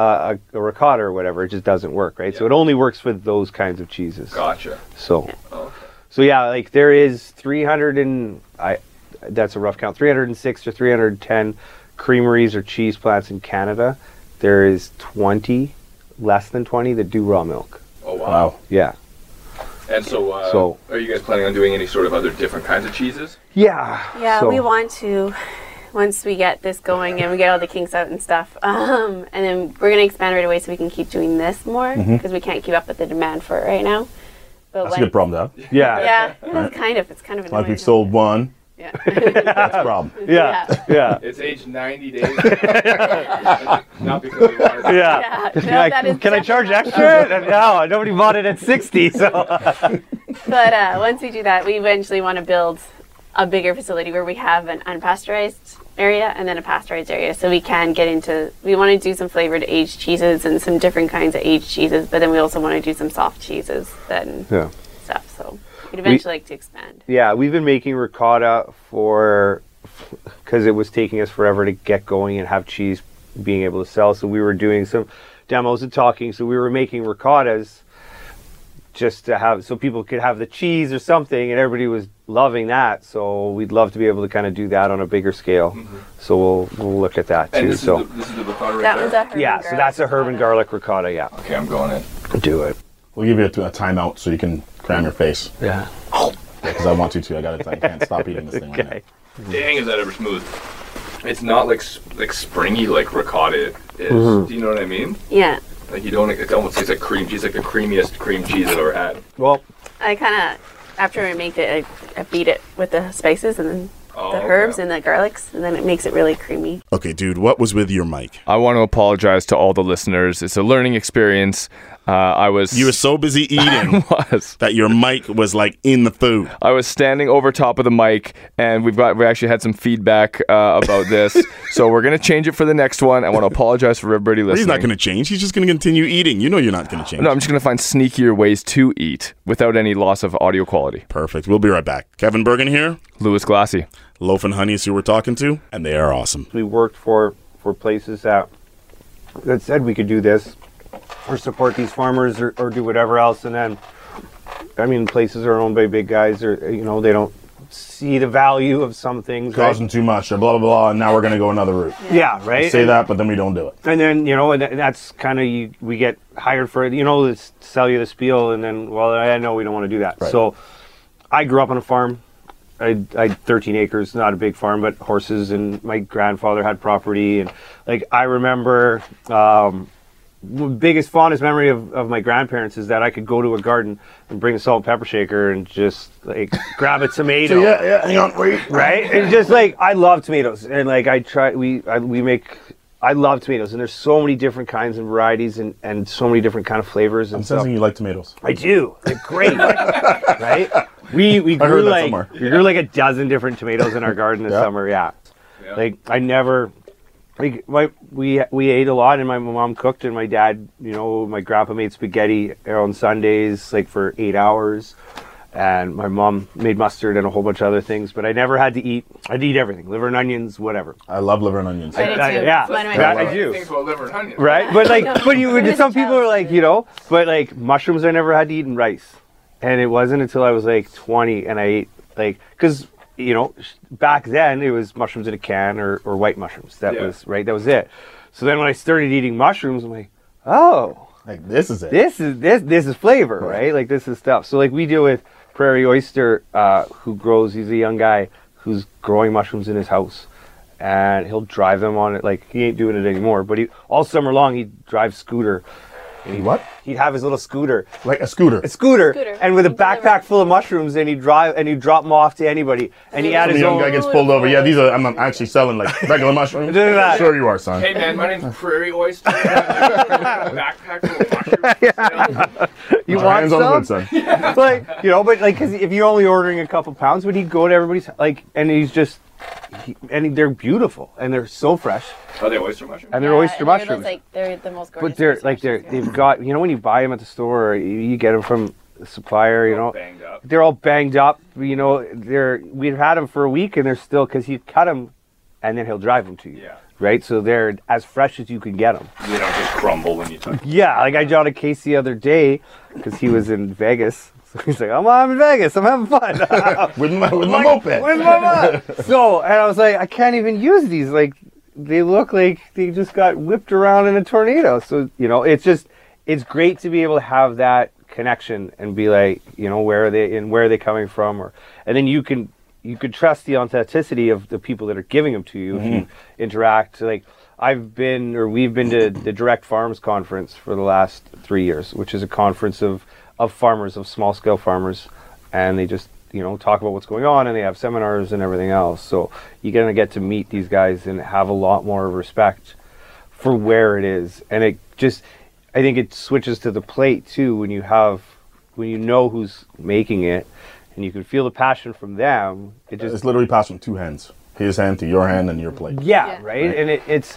Speaker 4: uh, a a ricotta or whatever. It just doesn't work, right? So
Speaker 5: Yeah.
Speaker 4: it only works with those kinds of cheeses.
Speaker 5: Gotcha.
Speaker 4: So
Speaker 5: Okay.
Speaker 4: so yeah, like there is 300 and I that's a rough count. 306 or 310 creameries or cheese plants in Canada. There is 20 less than 20 that do raw milk.
Speaker 5: Oh wow.
Speaker 2: Wow.
Speaker 4: Yeah.
Speaker 5: And so, uh,
Speaker 4: So-
Speaker 5: are you guys planning on doing any sort of other different kinds of cheeses?
Speaker 4: Yeah.
Speaker 6: Yeah,
Speaker 4: so-
Speaker 6: we want to once we get this going and we get all the kinks out and stuff. Um, and then we're going to expand right away so we can keep doing this more because we can't keep up with the demand for it right now. But
Speaker 2: Mm-hmm. That's a good problem to have. It's
Speaker 4: Yeah. Yeah.
Speaker 6: Yeah, it is kind of. It's kind of annoying.
Speaker 2: Like we've sold one.
Speaker 6: Yeah.
Speaker 2: That's a problem.
Speaker 4: Yeah.
Speaker 6: Yeah.
Speaker 4: Yeah.
Speaker 5: It's aged 90 days. Not because we wanted to.
Speaker 6: Yeah, no,
Speaker 4: Yeah,
Speaker 6: that is
Speaker 4: can I charge extra? no, nobody bought it at 60, so
Speaker 6: But uh, once we do that, we eventually want to build a bigger facility where we have an unpasteurized area and then a pasteurized area, so we can get into. We want to do some flavored aged cheeses and some different kinds of aged cheeses, but then we also want to do some soft cheeses and
Speaker 4: Yeah.
Speaker 6: stuff. So we'd eventually like to expand.
Speaker 4: Yeah, we've been making ricotta for because it was taking us forever to get going and have cheese being able to sell. So we were doing some demos and talking. So we were making ricottas just to have so people could have the cheese or something, and everybody was loving that. So we'd love to be able to kind of do that on a bigger scale. So we'll we'll look at that
Speaker 5: Mm-hmm. And
Speaker 4: too.
Speaker 5: this,
Speaker 4: So
Speaker 5: is the, this is the ricotta right
Speaker 6: That
Speaker 5: there.
Speaker 6: was a herb
Speaker 4: yeah,
Speaker 6: and
Speaker 4: so
Speaker 6: garlic
Speaker 4: that's a herb and
Speaker 6: ricotta.
Speaker 4: garlic ricotta. Yeah,
Speaker 5: Okay, I'm going in.
Speaker 4: do it.
Speaker 2: We'll give you a, a timeout so you can cram your face
Speaker 4: Yeah.
Speaker 2: because I want you to. I got to. I can't stop eating this thing right
Speaker 4: Okay.
Speaker 5: Dang, is that ever smooth? It's not like s- like springy like ricotta is.
Speaker 4: Mm-hmm.
Speaker 5: Do you know what I mean?
Speaker 6: Yeah,
Speaker 5: Like you don't. It almost tastes like cream cheese, like the creamiest cream cheese I've ever had.
Speaker 4: Well,
Speaker 6: I kind of after I make it, I, I beat it with the spices and then
Speaker 5: Oh,
Speaker 6: the
Speaker 5: okay.
Speaker 6: herbs and the garlics, and then it makes it really creamy.
Speaker 2: now. Okay, dude. What was with your mic?
Speaker 3: I want to apologize to all the listeners. It's a learning experience. Uh, I was
Speaker 2: You were so busy eating
Speaker 3: was
Speaker 2: that your mic was like in the food.
Speaker 3: I was standing over top of the mic, and we've got we actually had some feedback uh, about this. so we're gonna change it for the next one. I want to apologize for everybody listening.
Speaker 2: He's not going to change. He's just going to continue eating. You know, you're not going to change.
Speaker 3: No, I'm just gonna find sneakier ways to eat without any loss of audio quality.
Speaker 2: Perfect. We'll be right back. Kevin Bergen here.
Speaker 3: Louis Glassy.
Speaker 2: Loaf and Honey is who we're talking to, and they are awesome.
Speaker 4: we worked for for places that that said we could do this or support these farmers or, or do whatever else and then i mean places are owned by big guys or you know they don't see the value of some things. right?
Speaker 2: Causing too much, or blah blah blah, and now we're gonna go another route.
Speaker 4: Yeah, right.
Speaker 2: Say that, but then we don't do it.
Speaker 4: and then you know, and th- that's kind of you. We get hired for you know, let's sell you this spiel, and then well, I know we don't want to do that.
Speaker 2: Right.
Speaker 4: So, I grew up on a farm. I, I had 13 acres, not a big farm, but horses, and my grandfather had property, and like I remember, um, the biggest fondest memory of, of my grandparents is that I could go to a garden and bring a salt and pepper shaker and just like grab a tomato
Speaker 2: So yeah, yeah. Hang on, wait.
Speaker 4: right? And just like I love tomatoes, and like I try, we I, we make. I love tomatoes, and there's so many different kinds and varieties, and, and so many different kind of flavors and
Speaker 2: I'm
Speaker 4: stuff.
Speaker 2: sensing you like tomatoes.
Speaker 4: I do. They're great, right? We we
Speaker 2: I heard
Speaker 4: grew
Speaker 2: that
Speaker 4: like
Speaker 2: somewhere.
Speaker 4: we grew like a dozen different tomatoes in our garden this
Speaker 2: Yeah.
Speaker 4: summer. Yeah,
Speaker 5: Yeah.
Speaker 4: like I never. Like my, we we ate a lot, and my mom cooked, and my dad, you know, my grandpa made spaghetti on Sundays, like for eight hours, and my mom made mustard and a whole bunch of other things. But I never had to eat. I'd eat everything, liver and onions, whatever.
Speaker 2: I love liver and onions.
Speaker 6: I do too.
Speaker 4: I- yeah.
Speaker 6: It's one of my
Speaker 4: That I
Speaker 6: favorites.
Speaker 4: do.
Speaker 5: Things about liver and onions.
Speaker 4: right? But like,
Speaker 6: No,
Speaker 4: but you,
Speaker 6: when I was
Speaker 4: some
Speaker 6: a
Speaker 4: people
Speaker 6: child,
Speaker 4: are like, you know, but like mushrooms, I never had to eat in rice, and it wasn't until I was like 20 and I ate like because you know sh- back then it was mushrooms in a can or or white mushrooms. That
Speaker 5: Yeah.
Speaker 4: was right. That was it. So then when I started eating mushrooms, I'm like, oh,
Speaker 2: Like this is it.
Speaker 4: this is this this is flavor, right? Like this is stuff. So like we deal with Prairie Oyster, uh, who grows. He's a young guy who's growing mushrooms in his house, and he'll drive them on it. Like he ain't doing it anymore, but he all summer long he drives scooter.
Speaker 2: What?
Speaker 4: He'd have his little scooter,
Speaker 2: Like a scooter.
Speaker 4: a scooter,
Speaker 6: Scooter.
Speaker 4: and with a
Speaker 6: He'd deliver.
Speaker 4: backpack full of mushrooms, and he'd drive and he'd drop them off to anybody. And he had
Speaker 2: Some
Speaker 4: his
Speaker 2: young
Speaker 4: own.
Speaker 2: guy gets pulled over. Yeah, these are. I'm not actually selling like regular mushrooms.
Speaker 4: Look at that.
Speaker 2: Sure you are, son.
Speaker 5: Hey man, my name's Prairie Oyster. Backpack full of mushrooms.
Speaker 4: you
Speaker 2: Put your
Speaker 4: want
Speaker 2: hands on the
Speaker 4: some?
Speaker 2: good side.
Speaker 4: like you know, but like because if you're only ordering a couple pounds, would he go to everybody's like? And he's just, he, and they're beautiful and they're so fresh
Speaker 5: Are they oyster mushrooms?
Speaker 4: and they're
Speaker 6: Yeah,
Speaker 4: oyster
Speaker 6: and they're those,
Speaker 4: mushrooms.
Speaker 6: Like they're the most gorgeous.
Speaker 4: but they're
Speaker 6: oyster
Speaker 4: like they're
Speaker 6: mushrooms, yeah.
Speaker 4: they've got you know when you buy them at the store, or you, you get them from the supplier, you know.
Speaker 5: Banged up.
Speaker 4: They're all banged up, you know. They're we've had them for a week, and they're still because he cut them, and then he'll drive them to you,
Speaker 5: Yeah.
Speaker 4: right? So they're as fresh as you can get them.
Speaker 5: You don't just crumble when you touch them.
Speaker 4: Yeah, like I jotted Case the other day because he was in Vegas. So he's like, I'm, I'm in Vegas. I'm having fun.
Speaker 2: With my with my
Speaker 4: Like,
Speaker 2: moped.
Speaker 4: Where's my mom? so, and I was like, I can't even use these. Like, they look like they just got whipped around in a tornado. So, you know, it's just, it's great to be able to have that connection and be like, you know, where are they and where are they coming from? Or, and then you can, you could trust the authenticity of the people that are giving them to you if you interact. Like, I've been, or we've been to the Direct Farms Conference for the last three years, which is a conference of, of farmers, of small scale farmers and they just you know talk about what's going on and they have seminars and everything else so you're going to get to meet these guys and have a lot more respect for where it is and it just i think it switches to the plate too when you have when you know who's making it and you can feel the passion from them it just
Speaker 2: It's literally passed from two hands. His hand to your hand and your plate.
Speaker 4: yeah,
Speaker 6: Yeah.
Speaker 4: right and it, it's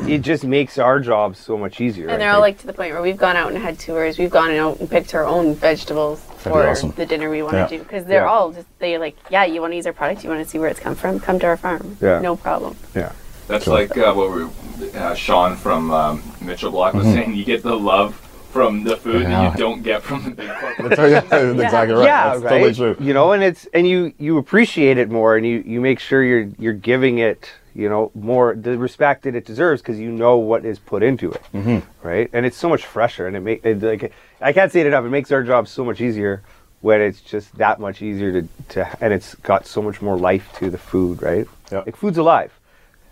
Speaker 4: it just makes our job so much easier
Speaker 6: And
Speaker 4: I
Speaker 6: they're all
Speaker 4: think.
Speaker 6: like to the point where we've gone out and had tours. We've gone out and picked our own vegetables
Speaker 2: be
Speaker 6: for
Speaker 2: awesome.
Speaker 6: the dinner we want
Speaker 2: Yeah.
Speaker 6: to do because they're
Speaker 4: Yeah.
Speaker 6: all just they like yeah you want to use our product you want to see where it's come from come to our farm
Speaker 4: Yeah.
Speaker 6: no problem
Speaker 4: yeah
Speaker 5: That's like uh, what we, uh, Sean from um, Mitchell Block was saying. You get the love from the food that
Speaker 2: Yeah.
Speaker 5: you don't get from the big corporation.
Speaker 2: That's, that's exactly right.
Speaker 4: Yeah,
Speaker 2: That's
Speaker 4: right.
Speaker 2: totally true.
Speaker 4: You know, and it's and you you appreciate it more, and you you make sure you're you're giving it you know more the respect that it deserves because you know what is put into it,
Speaker 2: Mm-hmm.
Speaker 4: right? And it's so much fresher, and it make it, like I can't say it enough. It makes our job so much easier when it's just that much easier to to and it's got so much more life to the food, right?
Speaker 2: Yep.
Speaker 4: Like food's alive.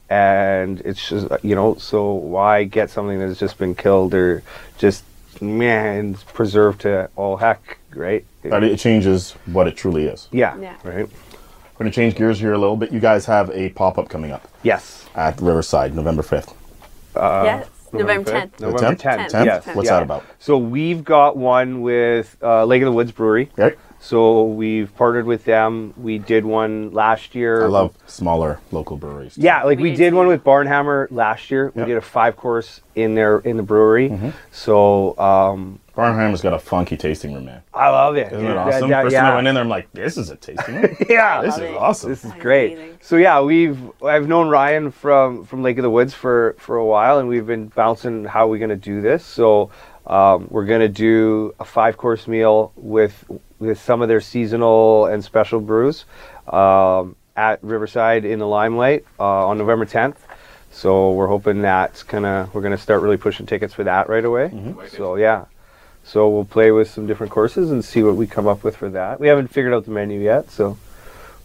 Speaker 4: And it's just you know, so why get something that's just been killed or just man preserved to all heck, right?
Speaker 2: But it changes what it truly is.
Speaker 4: Yeah.
Speaker 6: Yeah.
Speaker 4: Right.
Speaker 2: We're gonna change gears here a little bit. You guys have a pop up coming up
Speaker 4: Yes.
Speaker 2: at Riverside, November fifth.
Speaker 6: yes November tenth
Speaker 4: Uh, November 10th, yes.
Speaker 2: What's
Speaker 4: Yeah.
Speaker 2: that about?
Speaker 4: So we've got one with uh, Lake of the Woods Brewery.
Speaker 2: Okay.
Speaker 4: So we've partnered with them. We did one last year.
Speaker 2: I love smaller local breweries.
Speaker 4: Yeah, like we,
Speaker 6: We
Speaker 4: did
Speaker 6: did
Speaker 4: one
Speaker 6: too.
Speaker 4: with Barnhammer last year. We
Speaker 2: Yep.
Speaker 4: did a five course in their in the brewery.
Speaker 2: Mm-hmm.
Speaker 4: So um,
Speaker 2: Barnham's got a funky tasting room, man.
Speaker 4: I love it.
Speaker 2: Isn't
Speaker 4: Yeah,
Speaker 2: it awesome?
Speaker 4: yeah,
Speaker 2: First time I
Speaker 4: yeah.
Speaker 2: went in there, I'm like, this is a tasting room.
Speaker 4: Yeah.
Speaker 2: This is
Speaker 6: Love it.
Speaker 2: awesome.
Speaker 4: This is
Speaker 6: That's
Speaker 4: great.
Speaker 6: amazing.
Speaker 4: So yeah, we've I've known Ryan from from Lake of the Woods for for a while, and we've been bouncing how we're gonna do this. So um, we're gonna do a five course meal with with some of their seasonal and special brews um, at Riverside in the Limelight uh, on November 10th. So we're hoping that's gonna we're gonna start really pushing tickets for that right away. So yeah, so we'll play with some different courses and see what we come up with for that. We haven't figured out the menu yet, so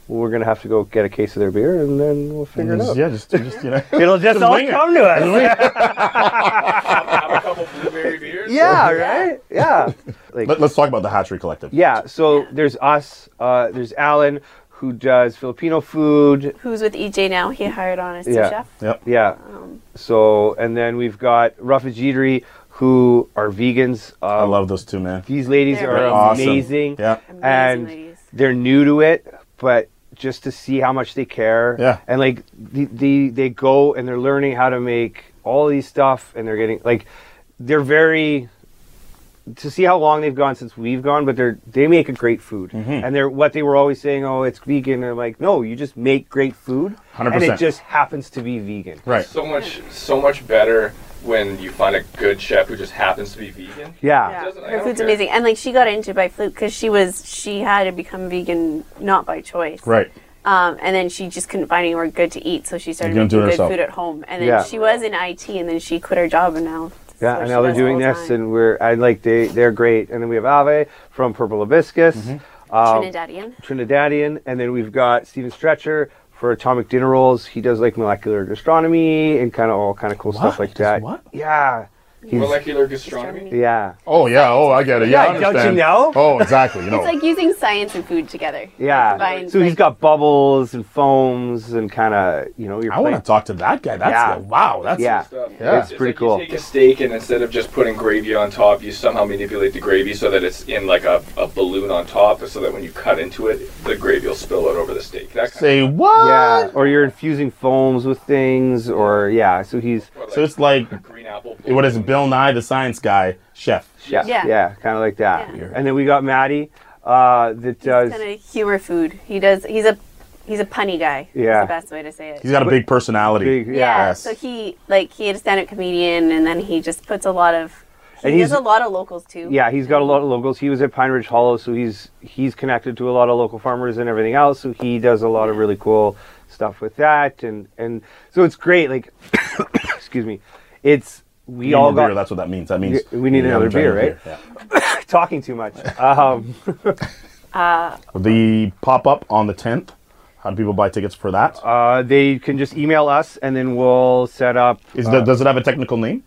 Speaker 4: we're gonna have to go get a case of their beer and then we'll figure it out.
Speaker 2: Yeah, just, just you know.
Speaker 4: It'll just, all
Speaker 2: wing it.
Speaker 4: come to us.
Speaker 5: Have a couple blueberry beers.
Speaker 4: Yeah, right? Yeah. Like,
Speaker 2: Let, us talk about the Hatchery Collective.
Speaker 4: yeah, so there's us, uh, there's Alan who does Filipino food.
Speaker 6: Who's with EJ now? He hired on as
Speaker 4: Yeah.
Speaker 6: sous chef.
Speaker 2: Yep.
Speaker 4: Yeah. So, and then we've got Rafa Jidri who are vegans. Um,
Speaker 2: I love those two, man.
Speaker 4: These ladies
Speaker 6: They're
Speaker 4: are
Speaker 2: awesome.
Speaker 4: amazing.
Speaker 2: Yeah.
Speaker 6: Amazing
Speaker 4: And
Speaker 6: ladies.
Speaker 4: they're new to it, but just to see how much they care.
Speaker 2: Yeah.
Speaker 4: And like the, the they go and they're learning how to make all these stuff and they're getting like they're very to see how long they've gone since we've gone, but they're they make a great food.
Speaker 2: Mm-hmm.
Speaker 4: And they're what they were always saying, Oh, it's vegan and I'm like, no, you just make great food.
Speaker 2: 100%.
Speaker 4: And it just happens to be vegan.
Speaker 2: Right.
Speaker 5: So much, so much better when you find a good chef who just happens to be vegan.
Speaker 6: Yeah,
Speaker 5: Doesn't- I
Speaker 6: her
Speaker 5: don't
Speaker 6: food's
Speaker 5: care.
Speaker 6: amazing, and like she got into it by fluke because she was she had to become vegan not by choice,
Speaker 2: Right.
Speaker 6: Um, and then she just couldn't find anywhere good to eat, so she started
Speaker 2: You're gonna
Speaker 6: making
Speaker 2: do it
Speaker 6: good
Speaker 2: herself.
Speaker 6: food at home. And then
Speaker 4: Yeah.
Speaker 6: she was in IT, and then she quit her job, and now
Speaker 4: Yeah,
Speaker 6: so
Speaker 4: and
Speaker 6: she
Speaker 4: now they're
Speaker 6: does it
Speaker 4: doing
Speaker 6: all the
Speaker 4: this,
Speaker 6: time.
Speaker 4: and we're and like they they're great. And then we have Ave from Purple Hibiscus,
Speaker 2: Mm-hmm.
Speaker 4: um,
Speaker 6: Trinidadian.
Speaker 4: Trinidadian, and then we've got Steven Stretcher for Atomic Dinner Rolls. He does like molecular gastronomy and kind of all kind of cool stuff
Speaker 2: What?
Speaker 4: like
Speaker 2: He does
Speaker 4: that.
Speaker 2: what?
Speaker 4: Yeah, he's
Speaker 5: Molecular gastronomy.
Speaker 4: yeah,
Speaker 2: Oh yeah. Oh, I get it. Yeah,
Speaker 4: Yeah,
Speaker 2: I
Speaker 4: don't you
Speaker 2: understand.
Speaker 4: know?
Speaker 2: Oh, exactly. You know.
Speaker 6: It's like using science and food together.
Speaker 4: yeah.
Speaker 6: Combined,
Speaker 4: so he's
Speaker 6: like-
Speaker 4: got bubbles and foams and kind of you know you're
Speaker 2: I want to
Speaker 4: playing.
Speaker 2: talk to that guy. That's
Speaker 4: Yeah.
Speaker 2: the- wow. That's
Speaker 4: yeah,
Speaker 5: Stuff.
Speaker 2: Yeah.
Speaker 4: it's pretty cool.
Speaker 5: You take a steak and instead of just putting gravy on top, you somehow manipulate the gravy so that it's in like a, a balloon on top, so that when you cut into it, the gravy will spill out over the steak. That kind
Speaker 2: Say what?
Speaker 4: yeah, or you're infusing foams with things, or yeah. So he's
Speaker 5: of, or, like,
Speaker 2: So it's like
Speaker 5: green apple.
Speaker 2: what is it? Bill Nye, the science guy, chef.
Speaker 4: yeah, yeah,
Speaker 6: Yeah.
Speaker 4: kind of like that.
Speaker 6: Yeah.
Speaker 4: And then we got Maddie uh, that does.
Speaker 6: kind of humor food. He does. He's a he's a punny guy.
Speaker 4: Yeah.
Speaker 6: is the best way to say it.
Speaker 2: He's got a big personality.
Speaker 4: Big-
Speaker 6: yeah.
Speaker 2: Yes.
Speaker 6: So he like he had a stand-up comedian, and then he just puts a lot of. He
Speaker 4: And he's-
Speaker 6: does a lot of locals too.
Speaker 4: Yeah, he's got a lot of locals. He was at Pine Ridge Hollow, so he's he's connected to a lot of local farmers and everything else. So he does a lot of really cool stuff with that, and and so it's great. Like, excuse me, it's we
Speaker 2: We need
Speaker 4: all
Speaker 2: more beer,
Speaker 4: got
Speaker 2: That's what that means. That means
Speaker 4: We need another beer, right?
Speaker 2: Yeah.
Speaker 4: talking too much. Um,
Speaker 2: The pop up on the tenth. How do people buy tickets for that? Is
Speaker 4: uh, they can just email us, and then we'll set up.
Speaker 2: the, does it have a technical name?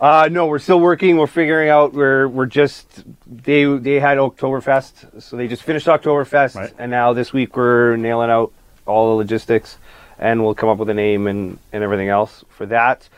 Speaker 4: Uh, no, we're still working. We're figuring out. We're we're just they they had Oktoberfest, so they just finished Oktoberfest,
Speaker 2: Right.
Speaker 4: and now this week we're nailing out all the logistics, and we'll come up with a name and and everything else for that.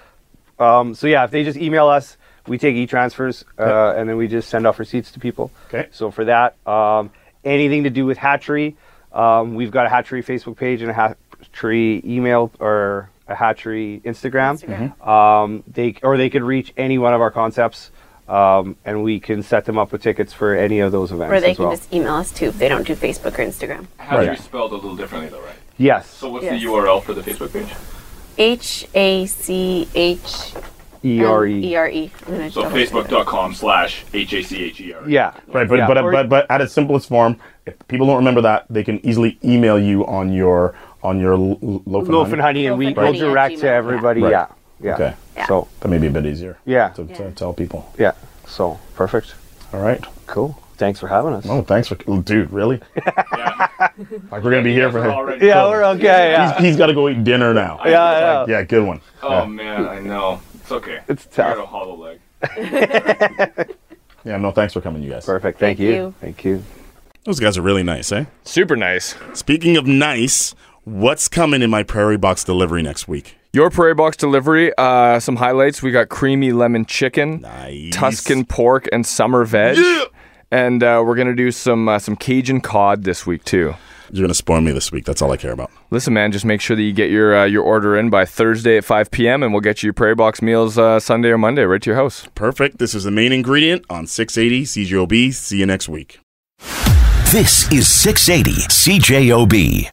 Speaker 4: Um, so yeah, if they just email us, we take e-transfers, uh, and then we just send off receipts to people.
Speaker 2: Okay.
Speaker 4: So for that, um, anything to do with hatchery, um, we've got a hatchery Facebook page and a hatchery email or a hatchery Instagram.
Speaker 6: Instagram.
Speaker 4: Um, they or they could reach any one of our concepts, um, and we can set them up with tickets for any of those events
Speaker 6: Or they
Speaker 4: as
Speaker 6: can
Speaker 4: well.
Speaker 6: just email us too if they don't do Facebook or Instagram.
Speaker 5: How do
Speaker 2: Right.
Speaker 5: you spelled a little differently though, right?
Speaker 4: yes.
Speaker 5: So what's
Speaker 6: Yes.
Speaker 5: the URL for the Facebook page?
Speaker 6: H A C H
Speaker 4: E R E.
Speaker 6: E-R-E.
Speaker 5: So facebook.com slash H-A-C-H-E-R.
Speaker 4: Yeah.
Speaker 2: Right, but
Speaker 4: Yeah.
Speaker 2: but, uh,
Speaker 4: Or-
Speaker 2: but but at its simplest form, if people don't remember that, they can easily email you on your on your l- l- loaf,
Speaker 4: Loaf and honey, and
Speaker 6: Loaf
Speaker 4: we
Speaker 6: and
Speaker 4: will
Speaker 6: Honey at
Speaker 4: direct to
Speaker 6: Gmail.
Speaker 4: everybody.
Speaker 2: Right.
Speaker 4: Yeah. Yeah.
Speaker 2: Okay,
Speaker 6: Yeah.
Speaker 4: So
Speaker 2: that may be a bit easier.
Speaker 4: Yeah.
Speaker 2: To, to
Speaker 6: Yeah.
Speaker 2: tell people.
Speaker 4: yeah. So perfect.
Speaker 2: All right.
Speaker 4: Cool. Thanks for having us.
Speaker 2: Oh, thanks for dude. Really?
Speaker 5: Yeah.
Speaker 2: Like we're gonna be here for him.
Speaker 5: Already
Speaker 4: Yeah, we're okay. Yeah.
Speaker 2: He's got to go eat dinner now.
Speaker 4: Yeah, yeah.
Speaker 2: Yeah, good one.
Speaker 5: Oh man, I know. It's okay.
Speaker 4: It's
Speaker 5: I got
Speaker 4: tough.
Speaker 5: a hollow leg.
Speaker 2: Yeah, no, thanks for coming, you guys.
Speaker 4: Perfect. Thank,
Speaker 6: Thank
Speaker 4: you.
Speaker 6: you.
Speaker 4: Thank you.
Speaker 2: Those guys are really nice, eh?
Speaker 3: Super nice.
Speaker 2: Speaking of nice, what's coming in my prairie box delivery next week?
Speaker 3: Your prairie box delivery. Uh, some highlights. We got creamy lemon chicken,
Speaker 2: Nice.
Speaker 3: Tuscan pork, and summer veg. And uh, we're gonna do some uh, some Cajun cod this week too.
Speaker 2: You're gonna spoil me this week. That's all I care about.
Speaker 3: Listen, man, just make sure that you get your uh, your order in by Thursday at 5 p.m. and we'll get you your prairie box meals uh, Sunday or Monday right to your house.
Speaker 2: Perfect. This is the main ingredient on 680 CGOB. See you next week.
Speaker 1: This is 680 CJOB.